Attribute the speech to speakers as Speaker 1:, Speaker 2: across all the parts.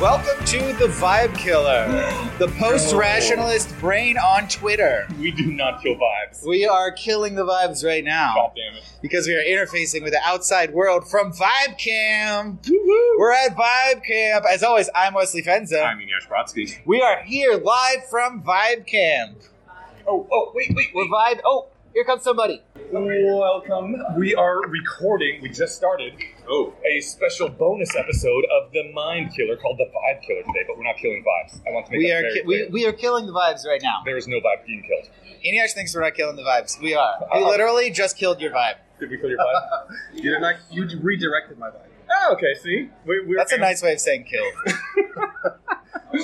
Speaker 1: Welcome to the Vibe Killer, the post rationalist brain on Twitter.
Speaker 2: We do not kill vibes.
Speaker 1: We are killing the vibes right
Speaker 2: God
Speaker 1: now
Speaker 2: damn it.
Speaker 1: because we are interfacing with the outside world from Vibe Camp.
Speaker 2: Woo-hoo.
Speaker 1: We're at Vibe Camp. As always, I'm Wesley Fenza.
Speaker 2: I'm Yash Brodsky.
Speaker 1: We are here live from Vibe Camp.
Speaker 2: Oh, oh, wait, wait,
Speaker 1: We're vibe. Oh, here comes somebody.
Speaker 2: Welcome. We are recording, we just started, oh, a special bonus episode of The Mind Killer called The Vibe Killer today, but we're not killing vibes. I want to make
Speaker 1: We
Speaker 2: that
Speaker 1: are
Speaker 2: very
Speaker 1: ki-
Speaker 2: clear.
Speaker 1: we, we are killing the vibes right now.
Speaker 2: There is no vibe being killed.
Speaker 1: Eniash thinks we're not killing the vibes. We are. We
Speaker 2: Uh-oh.
Speaker 1: literally just killed your vibe.
Speaker 2: Did we kill your vibe?
Speaker 3: You did not. You redirected my vibe.
Speaker 2: oh, okay, see? We, we're
Speaker 1: That's a nice way of saying killed.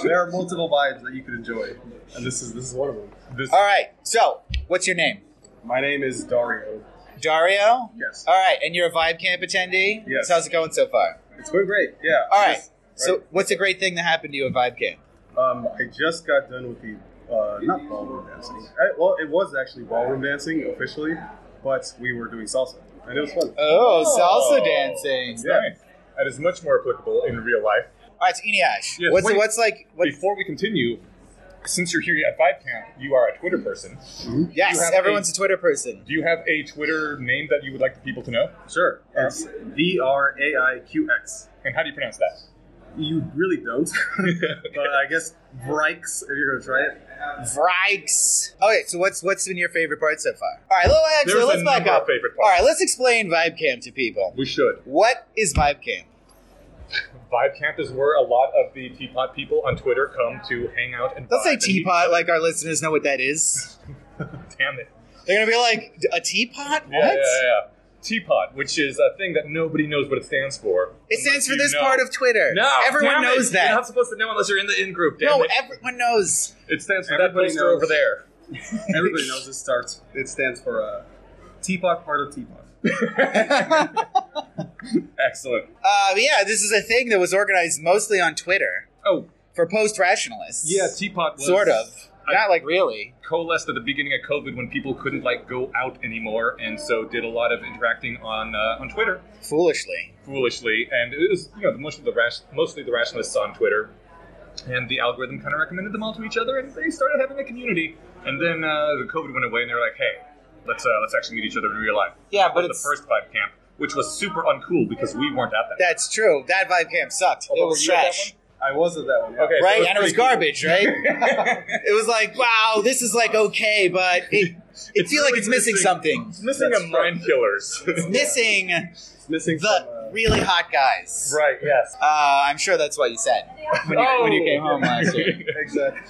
Speaker 3: There are multiple vibes that you could enjoy, and this is this is one of them.
Speaker 2: This,
Speaker 1: All right. So, what's your name?
Speaker 3: My name is Dario. Uh,
Speaker 1: Dario?
Speaker 3: Yes,
Speaker 1: All right, and you're a Vibe Camp attendee.
Speaker 3: Yes.
Speaker 1: So how's it going so far?
Speaker 3: it's going great. Yeah.
Speaker 1: All right.
Speaker 3: Yes.
Speaker 1: So, what's a great thing that happened to you at Vibe Camp?
Speaker 3: Um, I just got done with the uh, not ballroom dancing. I, well, it was actually ballroom dancing officially, but we were doing salsa, and it was fun.
Speaker 1: Oh,
Speaker 2: Oh.
Speaker 1: salsa dancing.
Speaker 3: Yeah.
Speaker 2: Nice. That is much more applicable in real life.
Speaker 1: All right, so Eniash,
Speaker 2: Yes,
Speaker 1: what's
Speaker 2: wait.
Speaker 1: what's like? What,
Speaker 2: Before we continue, since you're here at Vibe Camp, you are a Twitter person.
Speaker 3: Mm-hmm.
Speaker 1: yes,
Speaker 2: you have
Speaker 1: everyone's a Twitter person.
Speaker 2: Do you have a Twitter name that you would like the people to know?
Speaker 3: Sure. It's D R A I Q X.
Speaker 2: And how do you pronounce that?
Speaker 3: You really don't, but I guess Vrikes if you're gonna try it.
Speaker 1: Vrikes. Okay, so what's what's been your favorite part so far? All right, well, actually,
Speaker 2: There's a
Speaker 1: let's back
Speaker 2: number of
Speaker 1: up.
Speaker 2: favorite
Speaker 1: All
Speaker 2: parts.
Speaker 1: right, let's explain Vibe Camp to people.
Speaker 2: We should.
Speaker 1: What is Vibe Camp?
Speaker 2: Vibe Camp is where a lot of the teapot people on Twitter come to hang out and.
Speaker 1: Don't
Speaker 2: vibe
Speaker 1: say
Speaker 2: and meet
Speaker 1: teapot
Speaker 2: each
Speaker 1: like our listeners know what that is.
Speaker 2: other. Damn it!
Speaker 1: They're gonna be like, "D- a teapot? What?
Speaker 2: Yeah, yeah, yeah, yeah. Teapot, which is a thing that nobody knows what it stands for.
Speaker 1: It stands
Speaker 2: unless
Speaker 1: for
Speaker 2: you
Speaker 1: this
Speaker 2: know.
Speaker 1: part of Twitter.
Speaker 2: No,
Speaker 1: everyone
Speaker 2: damn it.
Speaker 1: knows that.
Speaker 2: You're not supposed to know unless you're in the in group. Damn
Speaker 1: No, e-
Speaker 2: it!
Speaker 1: everyone knows.
Speaker 2: It stands for
Speaker 3: Everybody
Speaker 2: that poster
Speaker 3: knows.
Speaker 2: over there.
Speaker 3: Everybody knows it starts. It stands for uh, teapot part of teapot.
Speaker 2: Excellent.
Speaker 1: Uh, but yeah, this is a thing that was organized mostly on Twitter
Speaker 2: Oh,
Speaker 1: for post rationalists.
Speaker 2: yeah, teapot was
Speaker 1: sort of.
Speaker 2: I-
Speaker 1: Not like really.
Speaker 2: coalesced at the beginning of COVID when people couldn't like go out anymore, and so did a lot of interacting on uh, on Twitter.
Speaker 1: Foolishly.
Speaker 2: foolishly, and it was you know mostly the rash, mostly the rationalists on Twitter, and the algorithm kind of recommended them all to each other, and they started having a community. And then uh, the COVID went away, and they were like, hey, let's uh, let's actually meet each other in real life.
Speaker 1: Yeah,
Speaker 2: That
Speaker 1: but
Speaker 2: was
Speaker 1: it's-
Speaker 2: the first vibe camp, which was super uncool because we weren't at that.
Speaker 1: That's true. That vibe camp sucked.
Speaker 2: Although
Speaker 1: it was
Speaker 2: Oh, you had that
Speaker 1: trash.
Speaker 3: I was at that one. yeah.
Speaker 2: Okay. so
Speaker 1: Right?
Speaker 2: it was
Speaker 1: and it was
Speaker 2: pretty
Speaker 1: garbage,
Speaker 2: cool.
Speaker 1: right? it was like, wow, this is like okay, but it, it
Speaker 2: It's
Speaker 1: feels like
Speaker 2: really
Speaker 1: it's missing,
Speaker 2: missing-
Speaker 1: something.
Speaker 2: It's missing
Speaker 3: That's
Speaker 2: a
Speaker 3: right.
Speaker 2: mind killers.
Speaker 1: It's missing
Speaker 3: It's missing
Speaker 1: the
Speaker 3: from, uh,
Speaker 1: really hot guys.
Speaker 2: right. Yes.
Speaker 1: Uh, I'm sure that's what you said when you, when you
Speaker 2: Oh.
Speaker 1: came home last year.
Speaker 3: Exactly.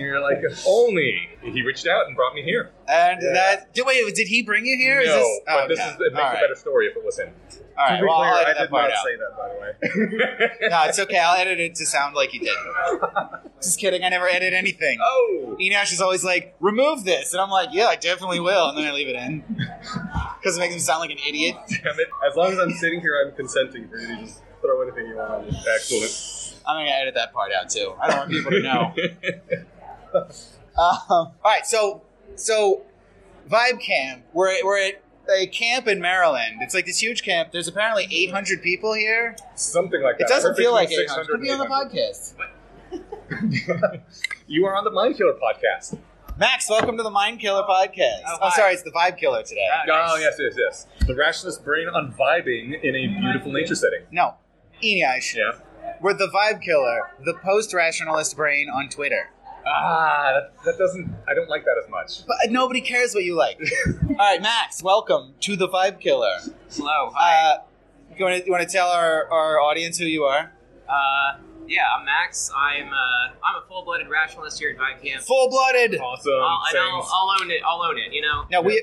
Speaker 2: You're like if only he reached out and brought me here.
Speaker 1: And
Speaker 3: Yeah.
Speaker 1: that did, wait, did he bring you here?
Speaker 2: no,
Speaker 1: Is this,
Speaker 2: but
Speaker 1: oh,
Speaker 2: this
Speaker 1: no.
Speaker 2: is it makes
Speaker 1: All
Speaker 2: a
Speaker 1: right.
Speaker 2: better story if it was him.
Speaker 1: All
Speaker 3: To
Speaker 1: right.
Speaker 3: be
Speaker 1: Well, I'll
Speaker 3: clear,
Speaker 1: edit
Speaker 3: I
Speaker 1: that
Speaker 3: did
Speaker 1: part
Speaker 3: not
Speaker 1: out.
Speaker 3: say that, by the way.
Speaker 1: No, it's okay. I'll edit it to sound like he did. Just kidding. I never edit anything.
Speaker 2: oh.
Speaker 1: Enosh is always like, "Remove this," and I'm like, "Yeah, I definitely will," and then I leave it in because it makes him sound like an idiot.
Speaker 2: Damn it.
Speaker 3: As long as I'm sitting here, I'm consenting for you to just throw anything you want on me.
Speaker 2: Excellent.
Speaker 1: I'm gonna edit that part out too. I don't want people to know. um, all right, so so Vibe Camp. We're at, we're at a camp in Maryland. It's like this huge camp. There's apparently 800 people here.
Speaker 2: Something like that.
Speaker 1: It doesn't feel like
Speaker 2: Perfect
Speaker 1: 800. It
Speaker 2: 600,
Speaker 1: Could be on the
Speaker 2: 800.
Speaker 1: podcast.
Speaker 2: You are on the Mind Killer podcast.
Speaker 1: Max, welcome to the Mind Killer podcast.
Speaker 4: Oh,
Speaker 1: I'm
Speaker 4: hi.
Speaker 1: sorry, it's the Vibe Killer today.
Speaker 4: Hi. Nice.
Speaker 2: Oh, yes, yes, yes. The rationalist brain on vibing in a beautiful nature setting.
Speaker 1: No, Eniash.
Speaker 2: Yeah.
Speaker 1: We're the Vibe Killer, the post-rationalist brain on Twitter.
Speaker 2: Ah, that, that doesn't. I don't like that as much.
Speaker 1: But nobody cares what you like. All right, Max, welcome to the Vibe Killer.
Speaker 4: Hello. Hi.
Speaker 1: Uh, you want to you wanna tell our, our audience who you are?
Speaker 4: Uh, yeah, I'm Max. I'm uh, I'm a full-blooded rationalist here at Vibe Camp.
Speaker 1: Full-blooded.
Speaker 2: Awesome.
Speaker 4: I'll, and I'll,
Speaker 2: Sames.
Speaker 1: uh,
Speaker 4: I'll own it. I'll own it. You know.
Speaker 1: No, we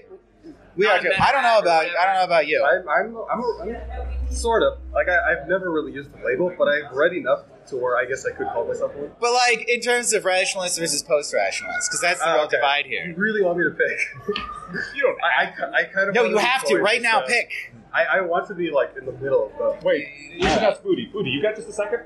Speaker 1: we
Speaker 4: Not
Speaker 1: are.
Speaker 4: a
Speaker 1: Too.
Speaker 4: bad
Speaker 1: I don't know
Speaker 4: actor,
Speaker 1: about. I
Speaker 4: whatever.
Speaker 1: don't know about you.
Speaker 3: I'm, I'm, I'm, a, I'm sort of like I, I've never really used the label, but I've read enough to where I guess I could call myself one.
Speaker 1: But like in terms of rationalist versus post-rationalist, because that's the
Speaker 3: Ah,
Speaker 1: real
Speaker 3: okay.
Speaker 1: divide
Speaker 3: You
Speaker 1: here.
Speaker 3: really want me to pick?
Speaker 2: You don't.
Speaker 3: I, I, I kind of
Speaker 1: No,
Speaker 3: wanna
Speaker 1: you
Speaker 3: be
Speaker 1: have to
Speaker 3: towards
Speaker 1: right now.
Speaker 3: the-
Speaker 1: Pick.
Speaker 3: I, I want to be like in the middle of both.
Speaker 2: Wait, you should ask Booty. Booty, you got just a second?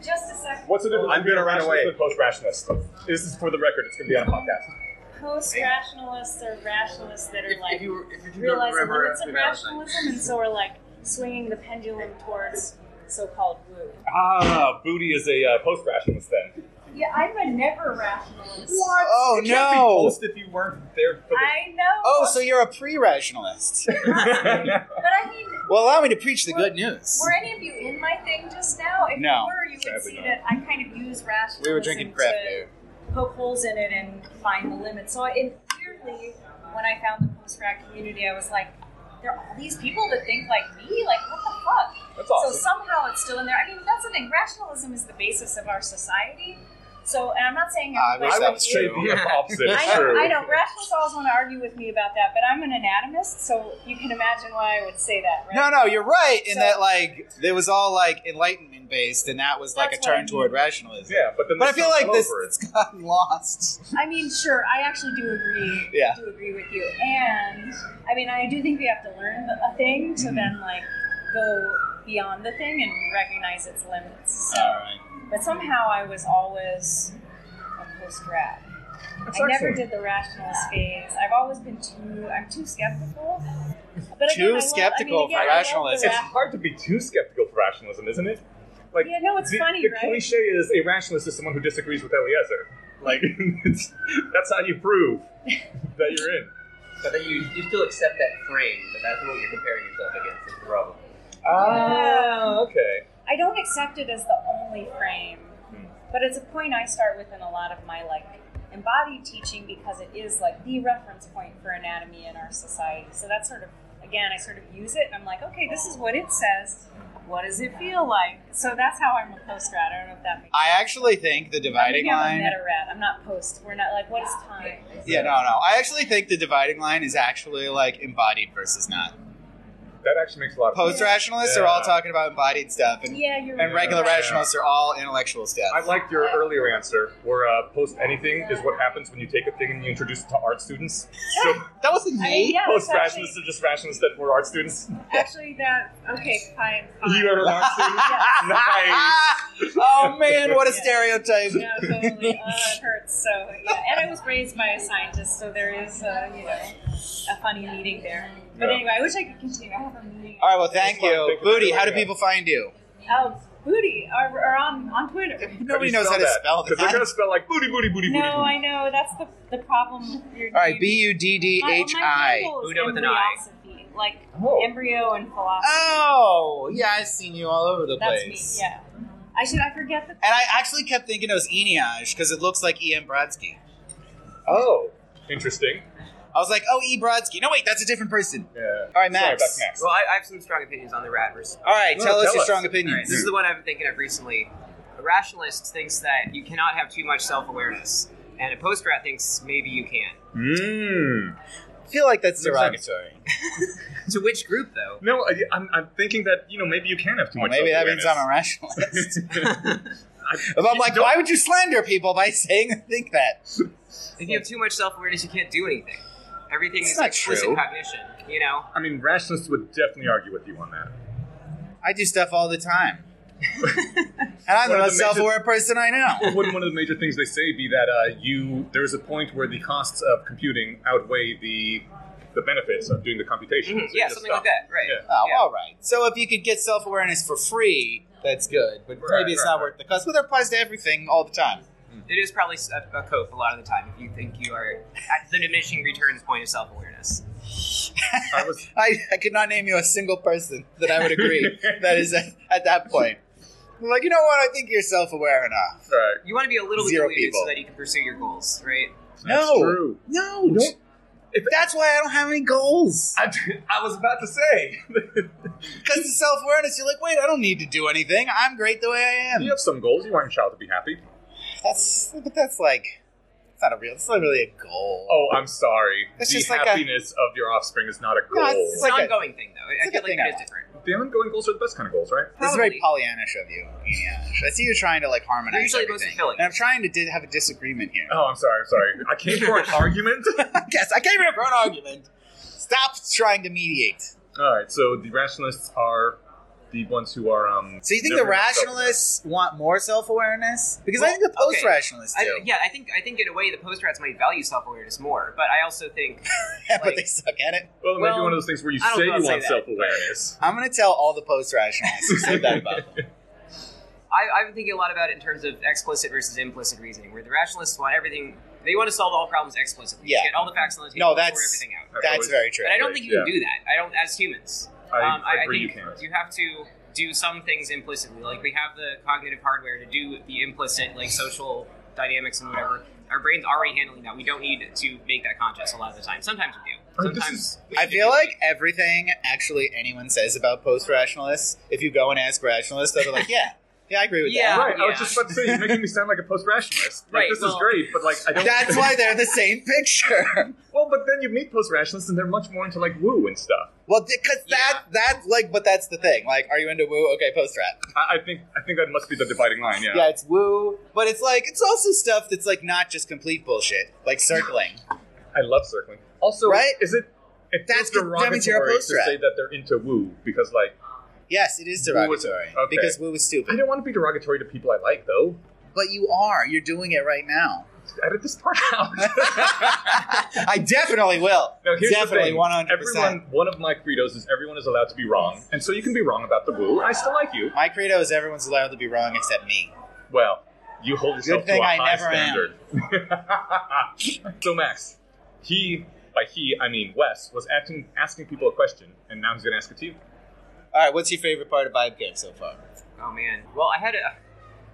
Speaker 5: Just a second.
Speaker 2: What's the difference
Speaker 3: I'm
Speaker 2: between a
Speaker 3: gonna run
Speaker 2: rationalist
Speaker 3: away.
Speaker 2: and post rationalist? This is for the record. It's going to be on a podcast.
Speaker 5: Post rationalists are rationalists that are like
Speaker 4: If you if you
Speaker 5: realize the
Speaker 4: remember,
Speaker 5: limits of rationalism, and so are like swinging the pendulum towards
Speaker 6: so-called woo.
Speaker 2: Ah, Booty is a uh, post-rationalist then.
Speaker 6: Yeah, I'm a never rationalist.
Speaker 1: Oh
Speaker 2: You can't be
Speaker 1: no!
Speaker 2: post if you weren't there for the.
Speaker 6: I know.
Speaker 1: Oh, so you're a pre-rationalist.
Speaker 6: but I mean,
Speaker 1: well, allow me to preach the good news.
Speaker 6: were any of you in my thing just now? If
Speaker 1: No,
Speaker 6: you were, you would
Speaker 2: sadly
Speaker 6: see
Speaker 2: not.
Speaker 6: that I kind of use rationalism.
Speaker 1: We were drinking craft
Speaker 6: to-
Speaker 1: beer.
Speaker 6: poke holes in it and find the limits. So, and weirdly, when I found the post grad community, I was like, there are all these people that think like me. Like, what the fuck?
Speaker 2: That's awesome.
Speaker 6: So somehow it's still in there. I mean, that's the thing. Rationalism is the basis of our society. So, and I'm not saying
Speaker 1: Ah, I wish
Speaker 2: I
Speaker 1: that
Speaker 2: would
Speaker 1: was
Speaker 2: say
Speaker 1: true.
Speaker 2: the opposite.
Speaker 6: I
Speaker 2: is
Speaker 6: know,
Speaker 2: true.
Speaker 6: I know. Rationalists always want to argue with me about that, but I'm an anatomist, so you can imagine why I would say that, right?
Speaker 1: No, no, you're right in
Speaker 6: So-
Speaker 1: that like it was all like enlightenment based, and that was like
Speaker 6: That's
Speaker 1: a
Speaker 6: what I
Speaker 1: turn
Speaker 6: mean.
Speaker 1: toward rationalism.
Speaker 2: Yeah, but then
Speaker 1: But I
Speaker 2: that's
Speaker 1: feel
Speaker 2: not
Speaker 1: like this
Speaker 2: over.
Speaker 1: it's gotten lost.
Speaker 6: I mean, sure, I actually do agree.
Speaker 1: Yeah.
Speaker 6: Do agree with you, and I mean, I do think we have to learn the- a thing
Speaker 1: Mm-hmm.
Speaker 6: to then like go beyond the thing and recognize its limits. So,
Speaker 1: All right.
Speaker 6: but somehow I was always a post grad.
Speaker 2: That's
Speaker 6: I never
Speaker 2: excellent.
Speaker 6: did the rationalist phase. I've always been too. I'm too skeptical. But
Speaker 1: Too
Speaker 6: again, I love- I mean,
Speaker 1: skeptical
Speaker 6: again,
Speaker 1: for
Speaker 6: I love the
Speaker 1: rationalists.
Speaker 2: It's
Speaker 6: ra-
Speaker 2: hard to be too skeptical for rationalism, isn't it? Like,
Speaker 6: Yeah, no, it's
Speaker 2: the,
Speaker 6: funny,
Speaker 2: the
Speaker 6: right?
Speaker 2: cliche is a rationalist is someone who disagrees with Eliezer. Like, it's, that's how you prove that you're in.
Speaker 7: But then you, you still accept that frame, that that's what you're comparing yourself against is the problem.
Speaker 6: Oh.
Speaker 2: Ah, okay.
Speaker 6: I don't accept it as the only frame,
Speaker 1: Hmm.
Speaker 6: but it's a point I start with in a lot of my like embodied teaching because it is like the reference point for anatomy in our society. So that's sort of again, I sort of use it and I'm like, okay, this is what it says. What does it feel like? So that's how I'm a post grad. I don't know if that makes
Speaker 1: I actually think the dividing
Speaker 6: Maybe I'm a
Speaker 1: line.
Speaker 6: meta grad. I'm not post. We're not like what is time?
Speaker 1: Yeah, no, no. I actually think the dividing line is actually like embodied versus not.
Speaker 2: That actually makes a lot of sense.
Speaker 1: Post rationalists are all
Speaker 2: Yeah.
Speaker 1: talking about embodied stuff, and,
Speaker 6: Yeah, you're
Speaker 1: and
Speaker 6: right.
Speaker 1: regular
Speaker 2: Yeah.
Speaker 1: rationalists are all intellectual stuff.
Speaker 2: I liked your earlier answer, where uh, post anything is what happens when you take a thing and you introduce it to art students. So
Speaker 1: that wasn't
Speaker 6: I
Speaker 1: me.
Speaker 6: mean, yeah,
Speaker 2: post
Speaker 6: it's actually,
Speaker 2: rationalists are just rationalists that were art students.
Speaker 6: actually that okay, fine, fine.
Speaker 2: You are an art student.
Speaker 6: Yeah.
Speaker 2: nice.
Speaker 1: oh man, what a
Speaker 6: Yeah.
Speaker 1: stereotype.
Speaker 6: No, totally. Uh, it hurts. So yeah, and I was raised by a scientist, so there is a you know a funny meeting there. But
Speaker 2: Yeah.
Speaker 6: anyway, I wish I could continue. I have a meeting.
Speaker 1: All right, well, thank
Speaker 2: Just wanna
Speaker 1: you,
Speaker 2: think about
Speaker 1: Booty.
Speaker 2: it
Speaker 1: How do
Speaker 2: like that.
Speaker 1: people find you?
Speaker 6: Oh, booty are, are on on Twitter.
Speaker 1: Nobody knows how to spell
Speaker 2: because they're
Speaker 1: that.
Speaker 2: gonna spell like booty booty booty
Speaker 6: No,
Speaker 2: booty. booty.
Speaker 6: I know that's the the problem. With your
Speaker 1: All right,
Speaker 6: name.
Speaker 1: B U D D
Speaker 6: My- my
Speaker 1: H I.
Speaker 6: handle is
Speaker 4: Buddha with an I.
Speaker 6: embryosophy, like
Speaker 2: Oh.
Speaker 6: embryo and philosophy.
Speaker 1: Oh, yeah, I've seen you all over the
Speaker 6: that's me.
Speaker 1: Oh, place.
Speaker 6: Yeah, I should. I forget that.
Speaker 1: And I actually kept thinking it was Eniage because it looks like E.M. Brodsky.
Speaker 2: Oh, interesting.
Speaker 1: I was like, oh, E. Brodsky. No, wait, that's a different person.
Speaker 2: Yeah.
Speaker 1: All right,
Speaker 2: Sorry,
Speaker 1: Max.
Speaker 2: back to Max.
Speaker 4: Well, I, I have some strong opinions on the rat versus.
Speaker 1: All right,
Speaker 2: No,
Speaker 1: tell us
Speaker 2: tell
Speaker 1: your
Speaker 2: us.
Speaker 1: strong
Speaker 4: All right,
Speaker 1: opinions.
Speaker 4: this is the one I've been thinking of recently. A rationalist thinks that you cannot have too much self awareness, and a post rat thinks maybe you can.
Speaker 1: Hmm.
Speaker 2: Mm.
Speaker 1: I feel like that's
Speaker 2: Makes sense.
Speaker 1: derogatory.
Speaker 4: To which group, though?
Speaker 2: No, I, I'm, I'm thinking that you know maybe you can have too
Speaker 1: Well,
Speaker 2: much.
Speaker 1: maybe that means
Speaker 2: self-awareness.
Speaker 1: I'm a rationalist.
Speaker 2: I-
Speaker 1: But I'm
Speaker 2: you
Speaker 1: like,
Speaker 2: don't-
Speaker 1: why would you slander people by saying I think that?
Speaker 4: If you have too much self awareness, you can't do anything. Everything
Speaker 1: It's
Speaker 4: is
Speaker 1: not
Speaker 4: explicit
Speaker 1: true.
Speaker 4: cognition, you know?
Speaker 2: I mean, rationalists would definitely argue with you on that.
Speaker 1: I do stuff all the time. Mm-hmm. and I'm
Speaker 2: One
Speaker 1: the
Speaker 2: of
Speaker 1: most
Speaker 2: the major-
Speaker 1: self-aware person I know.
Speaker 2: Wouldn't one of the major things they say be that uh, you there's a point where the costs of computing outweigh the the benefits of doing the computation?
Speaker 1: Mm-hmm.
Speaker 4: Mhm,
Speaker 2: So you
Speaker 4: Yeah,
Speaker 2: just
Speaker 4: something
Speaker 2: stop.
Speaker 4: like that, right.
Speaker 2: Yeah.
Speaker 1: Oh,
Speaker 4: Yeah.
Speaker 1: all right. So if you could get self-awareness for free, that's good. But
Speaker 2: Right,
Speaker 1: maybe it's
Speaker 2: right,
Speaker 1: not
Speaker 2: right.
Speaker 1: worth the cost. But that applies to everything all the time.
Speaker 4: It is probably s- a, a cope a lot of the time if you think you are at the diminishing returns point of self awareness.
Speaker 2: I was
Speaker 1: I, I could not name you a single person that I would agree that is at, at that point. I'm like, you know what? I think you're self-aware enough.
Speaker 2: all right.
Speaker 4: You want to be a little bit
Speaker 1: Zero
Speaker 4: diluted
Speaker 1: people.
Speaker 4: so that you can pursue your goals, right?
Speaker 2: That's
Speaker 1: No.
Speaker 2: true.
Speaker 1: No.
Speaker 2: don't-
Speaker 1: If- that's why I don't have any goals.
Speaker 2: I, I was about to say
Speaker 1: Because the self-awareness, you're like, wait, I don't need to do anything. I'm great the way I am.
Speaker 2: you have some goals. You want your child to be happy.
Speaker 1: That's but that's like it's not a real. It's not really a goal.
Speaker 2: Oh, I'm sorry.
Speaker 1: That's
Speaker 2: the
Speaker 1: just like a-
Speaker 2: happiness of your offspring is not a
Speaker 1: No,
Speaker 2: goal.
Speaker 1: it's-
Speaker 4: It's,
Speaker 1: like
Speaker 4: an
Speaker 1: a-
Speaker 4: ongoing thing, though. I-
Speaker 1: it's
Speaker 4: I
Speaker 1: like
Speaker 4: feel
Speaker 1: a
Speaker 4: like
Speaker 1: thing
Speaker 4: that
Speaker 1: I
Speaker 4: is
Speaker 1: like.
Speaker 4: different.
Speaker 2: the ongoing goals are the best kind of goals, right?
Speaker 1: This is very
Speaker 4: Probably.
Speaker 1: Pollyannaish of you, Eniash. I see you're trying to like harmonize.
Speaker 4: They're usually most
Speaker 1: everything.
Speaker 4: fulfilling.
Speaker 1: And I'm trying to di- have a disagreement here.
Speaker 2: Oh, I'm sorry. I'm sorry. I came for an argument.
Speaker 1: I guess I came here for an argument. Stop trying to mediate.
Speaker 2: All right. So the rationalists are the ones who are. Um,
Speaker 1: So you think
Speaker 2: never
Speaker 1: the
Speaker 2: gonna stop.
Speaker 1: rationalists want more self-awareness? Because I
Speaker 4: Well,
Speaker 1: think the
Speaker 4: okay.
Speaker 1: post-rationalists
Speaker 4: I,
Speaker 1: do.
Speaker 4: yeah, I think I think in a way the post rats might value self awareness more, but I also think
Speaker 1: but
Speaker 4: like-
Speaker 1: they suck at it.
Speaker 2: Well, it might be
Speaker 4: Well,
Speaker 2: one of those things where you
Speaker 4: I don't
Speaker 2: say
Speaker 4: know
Speaker 2: you
Speaker 4: if I'll
Speaker 2: want
Speaker 4: say that.
Speaker 2: self awareness.
Speaker 1: I'm going to tell all the post-rationalists who said that about them.
Speaker 4: I, I've been thinking a lot about it in terms of explicit versus implicit reasoning, where the rationalists want everything. They want to solve all problems explicitly.
Speaker 1: Yeah.
Speaker 4: Get all the facts on the table.
Speaker 1: No,
Speaker 4: and sort
Speaker 1: that's
Speaker 4: everything out.
Speaker 1: that's very true.
Speaker 4: But I don't think you can
Speaker 2: Yeah.
Speaker 4: do that. I don't, as humans.
Speaker 2: I,
Speaker 4: um, I,
Speaker 2: I
Speaker 4: I
Speaker 2: agree you
Speaker 4: think
Speaker 2: can't.
Speaker 4: you have to do some things implicitly. Like we have the cognitive hardware to do the implicit, like social dynamics and whatever. Our brain's already handling that. We don't need to make that conscious a lot of the time. Sometimes we do.
Speaker 2: Alright, this
Speaker 4: Sometimes
Speaker 2: is-
Speaker 1: I feel like everything actually anyone says about post rationalists, if you go and ask rationalists, they'll be like, yeah, yeah, I agree with
Speaker 4: Yeah,
Speaker 2: right, I
Speaker 4: yeah.
Speaker 2: was just about to say, you're making me sound like a post-rationalist. Like,
Speaker 4: Right,
Speaker 2: this is
Speaker 4: well-
Speaker 2: great, but like, I
Speaker 1: that.
Speaker 2: don't.
Speaker 1: That's why they're the same picture.
Speaker 2: Well, but then you meet post-rationalists, and they're much more into like woo and stuff.
Speaker 1: Well, because that that like, but that's the thing. Like, are you into woo? Okay, post rap.
Speaker 2: I, I think I think that must be the dividing line. Yeah.
Speaker 1: Yeah, it's woo, but it's like it's also stuff that's like not just complete bullshit, like circling.
Speaker 2: I love circling. Also,
Speaker 1: Right?
Speaker 2: Is it? It
Speaker 1: That's
Speaker 2: feels
Speaker 1: good- that
Speaker 2: derogatory
Speaker 1: means you're a
Speaker 2: to
Speaker 1: post-rat.
Speaker 2: say that they're into woo because like
Speaker 1: Yes, it is
Speaker 2: Woo is-
Speaker 1: derogatory
Speaker 2: okay.
Speaker 1: because woo is
Speaker 2: I
Speaker 1: stupid.
Speaker 2: don't want to be derogatory to people I like though.
Speaker 1: But you are. You're doing it right now.
Speaker 2: Edit this part out.
Speaker 1: I definitely will.
Speaker 2: No, here's the
Speaker 1: definitely
Speaker 2: thing.
Speaker 1: one hundred
Speaker 2: Everyone,
Speaker 1: percent.
Speaker 2: one of my credos is everyone is allowed to be wrong, and so you can be wrong about the woo. I still like you.
Speaker 1: My credo is everyone's allowed to be wrong except me.
Speaker 2: Well, you hold yourself
Speaker 1: Good thing
Speaker 2: to a
Speaker 1: I
Speaker 2: high
Speaker 1: never am.
Speaker 2: standard. so Max, he by he I mean Wes was acting asking people a question, and now he's going to ask it to you.
Speaker 1: All right, what's your favorite part of Vibe Camp so far?
Speaker 4: Oh man. Well, I had a.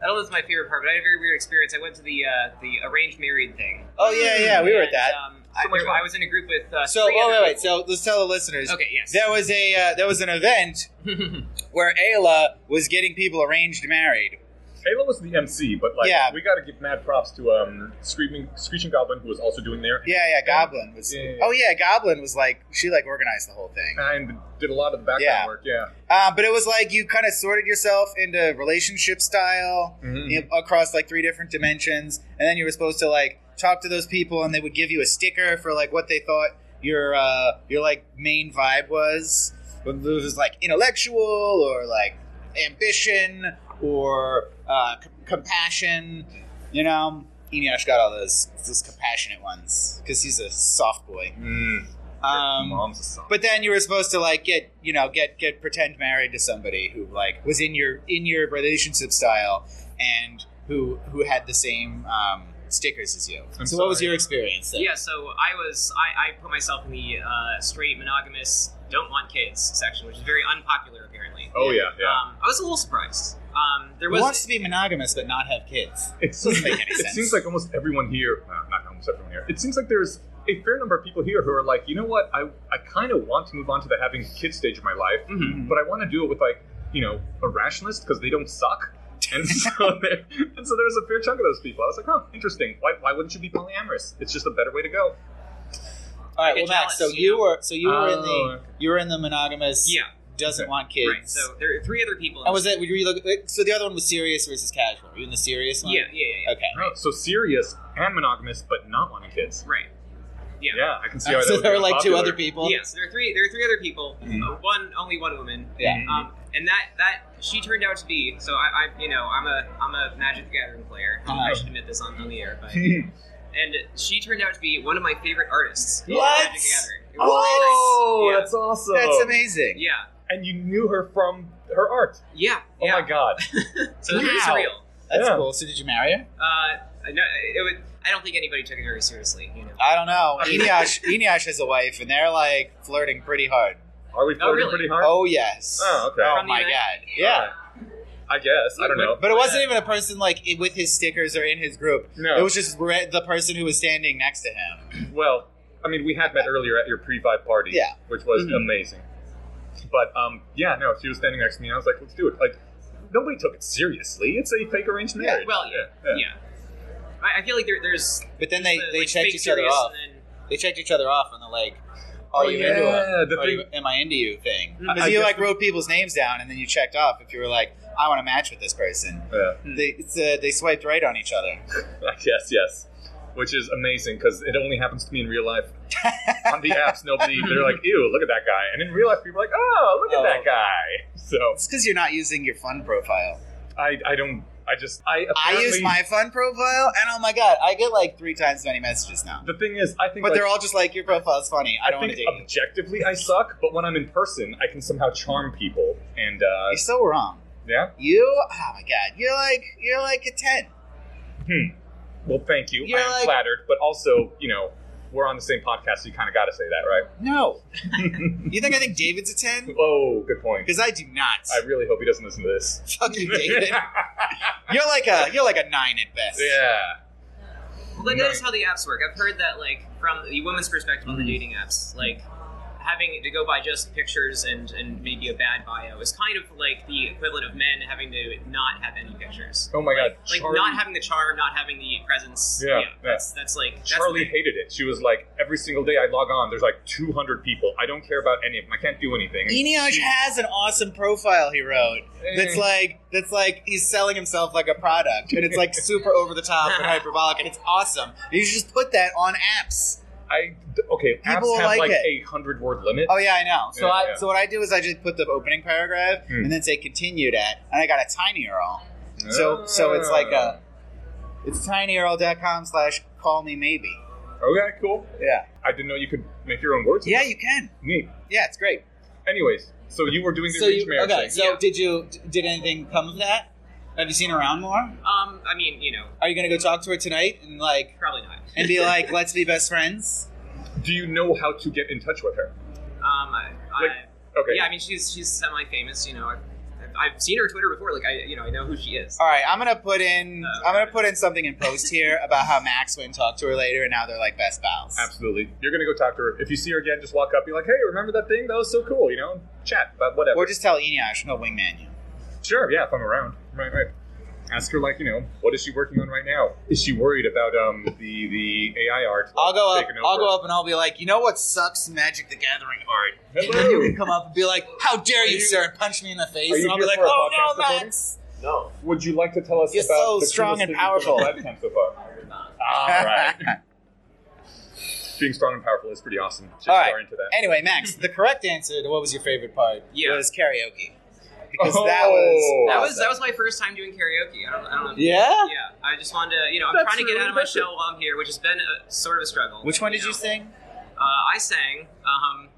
Speaker 4: I don't know if it's my favorite part, but I had a very weird experience. I went to the uh, the arranged married thing.
Speaker 1: Oh yeah, yeah, we were at
Speaker 4: And,
Speaker 1: that.
Speaker 4: Um, I,
Speaker 2: much
Speaker 4: there-
Speaker 2: fun.
Speaker 4: I was in a group with. Uh,
Speaker 1: So,
Speaker 4: three
Speaker 1: oh
Speaker 4: other
Speaker 1: wait, wait. So let's tell the listeners.
Speaker 4: people. okay, yes.
Speaker 1: There was a uh, there was an event where Ayla was getting people arranged married.
Speaker 2: Ayla was the MC, but like
Speaker 1: Yeah.
Speaker 2: we got to give mad props to um screaming screeching goblin who was also doing there.
Speaker 1: Yeah, yeah. Goblin was.
Speaker 2: Yeah, yeah, yeah.
Speaker 1: Oh yeah, Goblin was like she like organized the whole thing.
Speaker 2: And did a lot of the background
Speaker 1: Yeah.
Speaker 2: work. Yeah.
Speaker 1: Uh, but it was like you kind of sorted yourself into relationship style
Speaker 2: Mhm.
Speaker 1: you know, across like three different dimensions, and then you were supposed to like talk to those people, and they would give you a sticker for like what they thought your uh, your like main vibe was. Whether it was like intellectual or like ambition or uh, c- compassion, you know. Inyash got all those those compassionate ones because he's a soft boy.
Speaker 2: Mm.
Speaker 1: Um,
Speaker 2: Mom's a son.
Speaker 1: but then you were supposed to like get you know get get pretend married to somebody who like was in your in your relationship style and who who had the same um, stickers as you.
Speaker 2: I'm
Speaker 1: so what was
Speaker 2: sorry.
Speaker 1: your experience? There?
Speaker 4: Yeah, so I was I, I put myself in the uh, straight monogamous don't want kids section, which is very unpopular apparently.
Speaker 2: oh yeah, yeah.
Speaker 4: Um, I was a little surprised. Um, there
Speaker 1: Who
Speaker 4: was
Speaker 1: wants to be monogamous but not have kids?
Speaker 2: it seems,
Speaker 1: doesn't make any
Speaker 2: it
Speaker 1: sense.
Speaker 2: seems like almost everyone here, uh, not almost everyone here. It seems like there's a fair number of people here who are like, you know what, I I kind of want to move on to the having kids stage of my life,
Speaker 4: Mhm.
Speaker 2: but I want to do it with like you know a rationalist because they don't suck. And so, there, and so there's a fair chunk of those people. I was like, huh, interesting. Why, why wouldn't you be polyamorous? It's just a better way to go.
Speaker 1: All right,
Speaker 4: Like
Speaker 1: well,
Speaker 4: a
Speaker 1: Max. So
Speaker 4: jealous,
Speaker 1: you
Speaker 4: you know?
Speaker 1: were so you were in
Speaker 2: Oh,
Speaker 1: the
Speaker 2: okay.
Speaker 1: you were in the monogamous.
Speaker 4: yeah,
Speaker 1: doesn't want kids.
Speaker 4: right. So there are three other people. in
Speaker 1: and was
Speaker 4: this-
Speaker 1: it? Would you look? So the other one was serious versus casual. Were you in the serious one?
Speaker 4: Yeah, yeah, yeah, yeah.
Speaker 1: Okay.
Speaker 2: Right. So serious and monogamous, but not wanting kids.
Speaker 4: Right. Yeah.
Speaker 2: Yeah, I can see how that
Speaker 1: so
Speaker 2: would
Speaker 1: there
Speaker 2: be
Speaker 1: were like two
Speaker 2: unpopular.
Speaker 1: other people.
Speaker 4: Yeah, so there are three. There are three other people. Uh, One, only one woman.
Speaker 1: Yeah.
Speaker 4: Um, and that that she turned out to be. So I, I you know, I'm a I'm a Magic the Gathering player. I
Speaker 1: Uh-huh.
Speaker 4: should admit this on, on the air, but and she turned out to be one of my favorite artists. in
Speaker 1: What?
Speaker 4: Magic the Gathering. It was
Speaker 2: Oh,
Speaker 4: great. Yeah.
Speaker 2: that's awesome!
Speaker 1: That's amazing.
Speaker 4: Yeah.
Speaker 2: And you knew her from her art.
Speaker 4: Yeah.
Speaker 2: Oh
Speaker 4: yeah.
Speaker 2: my god!
Speaker 4: So it's
Speaker 1: Wow.
Speaker 4: pretty surreal.
Speaker 1: That's
Speaker 2: Yeah.
Speaker 1: cool. So did you marry her?
Speaker 4: Uh, no, it was, I don't think anybody took it very seriously. You know.
Speaker 1: I don't know.
Speaker 2: I mean-
Speaker 1: Inyash, Inyash has a wife, and they're like flirting pretty hard.
Speaker 2: Are we flirting
Speaker 4: Oh, really?
Speaker 2: pretty hard?
Speaker 1: Oh yes.
Speaker 2: Oh, okay.
Speaker 1: Oh
Speaker 4: From the
Speaker 1: my
Speaker 4: event?
Speaker 1: god. Yeah.
Speaker 2: I guess. I don't know.
Speaker 1: But it wasn't even a person like i- with his stickers or in his group.
Speaker 2: No.
Speaker 1: It was just re- the person who was standing next to him.
Speaker 2: well, I mean, we had met earlier at your pre-vibe party,
Speaker 1: Yeah. Mm-hmm.
Speaker 2: which was
Speaker 4: Mhm.
Speaker 2: amazing. But um, yeah, no, she was standing next to me, and I was like, "Let's do it." Like, nobody took it seriously. It's a fake arranged
Speaker 1: Yeah,
Speaker 2: marriage.
Speaker 4: Well, yeah. Yeah. I, I feel like there, there's.
Speaker 1: But then they,
Speaker 4: the,
Speaker 1: they
Speaker 4: like,
Speaker 1: checked
Speaker 4: fake
Speaker 1: each other
Speaker 4: serious
Speaker 1: off.
Speaker 4: and then-
Speaker 1: They checked each other off on the like, are
Speaker 2: Oh,
Speaker 1: you
Speaker 2: yeah,
Speaker 1: into him?
Speaker 2: the
Speaker 1: Are
Speaker 2: thing- Mm-hmm.
Speaker 1: you- am I into you thing?
Speaker 4: Mhm.
Speaker 1: Because
Speaker 2: I- I
Speaker 1: you
Speaker 2: guess
Speaker 1: like
Speaker 2: the-
Speaker 1: wrote people's names down and then you checked off if you were like, I want to match with this person.
Speaker 2: Yeah.
Speaker 4: Hmm.
Speaker 1: They it's, uh, they swiped right on each other.
Speaker 2: I guess yes, which is amazing because it only happens to me in real life. On the apps, nobody they're like, "Ew, look at that guy," and in real life, people are like, "Oh, look
Speaker 1: Oh.
Speaker 2: at that guy." So
Speaker 1: It's because you're not using your fun profile.
Speaker 2: I, I don't. I just
Speaker 1: I
Speaker 2: I apparently,
Speaker 1: use my fun profile, and oh my god, I get like three times as many messages now.
Speaker 2: The thing is, I think,
Speaker 1: But
Speaker 2: like,
Speaker 1: they're all just like, your profile's funny. I don't want to
Speaker 2: think
Speaker 1: date you.
Speaker 2: objectively I suck, but when I'm in person, I can somehow charm people. And uh,
Speaker 1: You're so wrong.
Speaker 2: Yeah.
Speaker 1: You, oh my god, you're like you're like a ten.
Speaker 2: Hmm. Well, thank you.
Speaker 1: You're
Speaker 2: I am
Speaker 1: like-
Speaker 2: flattered, but also, you know, we're on the same podcast, so you kind of got to say that, right?
Speaker 1: No, you think I think David's a ten?
Speaker 2: oh, good point.
Speaker 1: Because I do not.
Speaker 2: I really hope he doesn't listen to this.
Speaker 1: Fuck you, David. you're like a you're like a nine at best.
Speaker 2: yeah.
Speaker 4: Well, that
Speaker 2: Right.
Speaker 4: is how the apps work. I've heard that, like, from the woman's perspective on the dating apps, like, having to go by just pictures and, and maybe a bad bio is kind of like the equivalent of men having to not have any pictures.
Speaker 2: Oh my god.
Speaker 4: Like,
Speaker 2: Charlie,
Speaker 4: not having the charm, not having the presence.
Speaker 2: Yeah, yeah.
Speaker 4: That's, that's like. That's
Speaker 2: Charlie hated it. She was like, every single day I log on, there's like 200 people. I don't care about any of them. I can't do anything. Eh,
Speaker 1: Eniash has an awesome profile he wrote that's like that's like he's selling himself like a product and it's like super over the top and hyperbolic and it's awesome. You should just put that on apps.
Speaker 2: I okay.
Speaker 1: People
Speaker 2: apps have
Speaker 1: like
Speaker 2: like
Speaker 1: it.
Speaker 2: a hundred word limit.
Speaker 1: Oh yeah, I know. So
Speaker 2: Yeah,
Speaker 1: I,
Speaker 2: yeah.
Speaker 1: so what I do is I just put the opening paragraph
Speaker 2: Hmm.
Speaker 1: and then say continued at and I got a tiny URL. Oh, So so it's like
Speaker 2: Ah.
Speaker 1: a it's tinyurl.com slash call me maybe.
Speaker 2: okay, cool.
Speaker 1: Yeah.
Speaker 2: I didn't know you could make your own words.
Speaker 1: Yeah, you can.
Speaker 2: Neat.
Speaker 1: Yeah, it's great.
Speaker 2: Anyways, so you were doing the
Speaker 1: So
Speaker 2: arranged
Speaker 1: you,
Speaker 2: marriage
Speaker 1: okay,
Speaker 2: thing.
Speaker 1: so did you did anything come of that? Have you seen her around more?
Speaker 4: Um, I mean, you know,
Speaker 1: Are you gonna go talk to her tonight and like
Speaker 4: probably not.
Speaker 1: and be like, let's be best friends?
Speaker 2: Do you know how to get in touch with her?
Speaker 4: Um, I,
Speaker 2: Like,
Speaker 4: I,
Speaker 2: Okay.
Speaker 4: Yeah, I mean, she's she's semi famous. You know, I've, I've I've seen her Twitter before. Like, I you know, I know who she is.
Speaker 1: All right, I'm gonna put in
Speaker 4: Uh,
Speaker 1: I'm gonna put in something in post here about how Max went and talked to her later, and now they're like best pals.
Speaker 2: Absolutely. You're gonna go talk to her. If you see her again, just walk up, be like, "Hey, remember that thing? That was so cool," you know? Chat, but whatever.
Speaker 1: Or just tell Eniash he'll wingman you.
Speaker 2: Sure, yeah, if I'm around. Right, right. Ask her like, you know, what is she working on right now? Is she worried about um the the AI art?
Speaker 1: I'll go up.
Speaker 2: taking
Speaker 1: I'll
Speaker 2: over?
Speaker 1: go up and I'll be like, you know what sucks Magic the Gathering art? And then you
Speaker 2: Hello.
Speaker 1: can come up and be like, how dare
Speaker 2: Are
Speaker 1: you,
Speaker 2: you-
Speaker 1: sir, and punch me in the face,
Speaker 2: Are you
Speaker 1: and I'll be
Speaker 2: here
Speaker 1: like,
Speaker 2: for a
Speaker 1: oh
Speaker 2: podcast
Speaker 1: no,
Speaker 2: recording?
Speaker 1: Max.
Speaker 8: No.
Speaker 2: Would you like to tell us
Speaker 1: You're
Speaker 2: about
Speaker 1: so
Speaker 2: the
Speaker 1: strong
Speaker 2: coolest
Speaker 1: and
Speaker 2: thing you've done with webcam so far? All right. Being strong and powerful is pretty awesome. Just
Speaker 1: All right.
Speaker 2: are into that.
Speaker 1: Anyway, Max, the correct answer to what was your favorite part
Speaker 4: Yeah.
Speaker 1: was karaoke. Because that
Speaker 2: Oh.
Speaker 1: was
Speaker 4: That
Speaker 2: Wow.
Speaker 4: was that was my first time doing karaoke. I don't, I don't know. if-
Speaker 1: Yeah?
Speaker 4: Yeah. I just wanted to, you know, I'm
Speaker 2: That's
Speaker 4: trying to get
Speaker 2: really
Speaker 4: out of my
Speaker 2: impressive.
Speaker 4: shell while I'm here, which has been a, sort of a struggle.
Speaker 1: Which one did
Speaker 4: know.
Speaker 1: you sing?
Speaker 4: Uh, I sang um,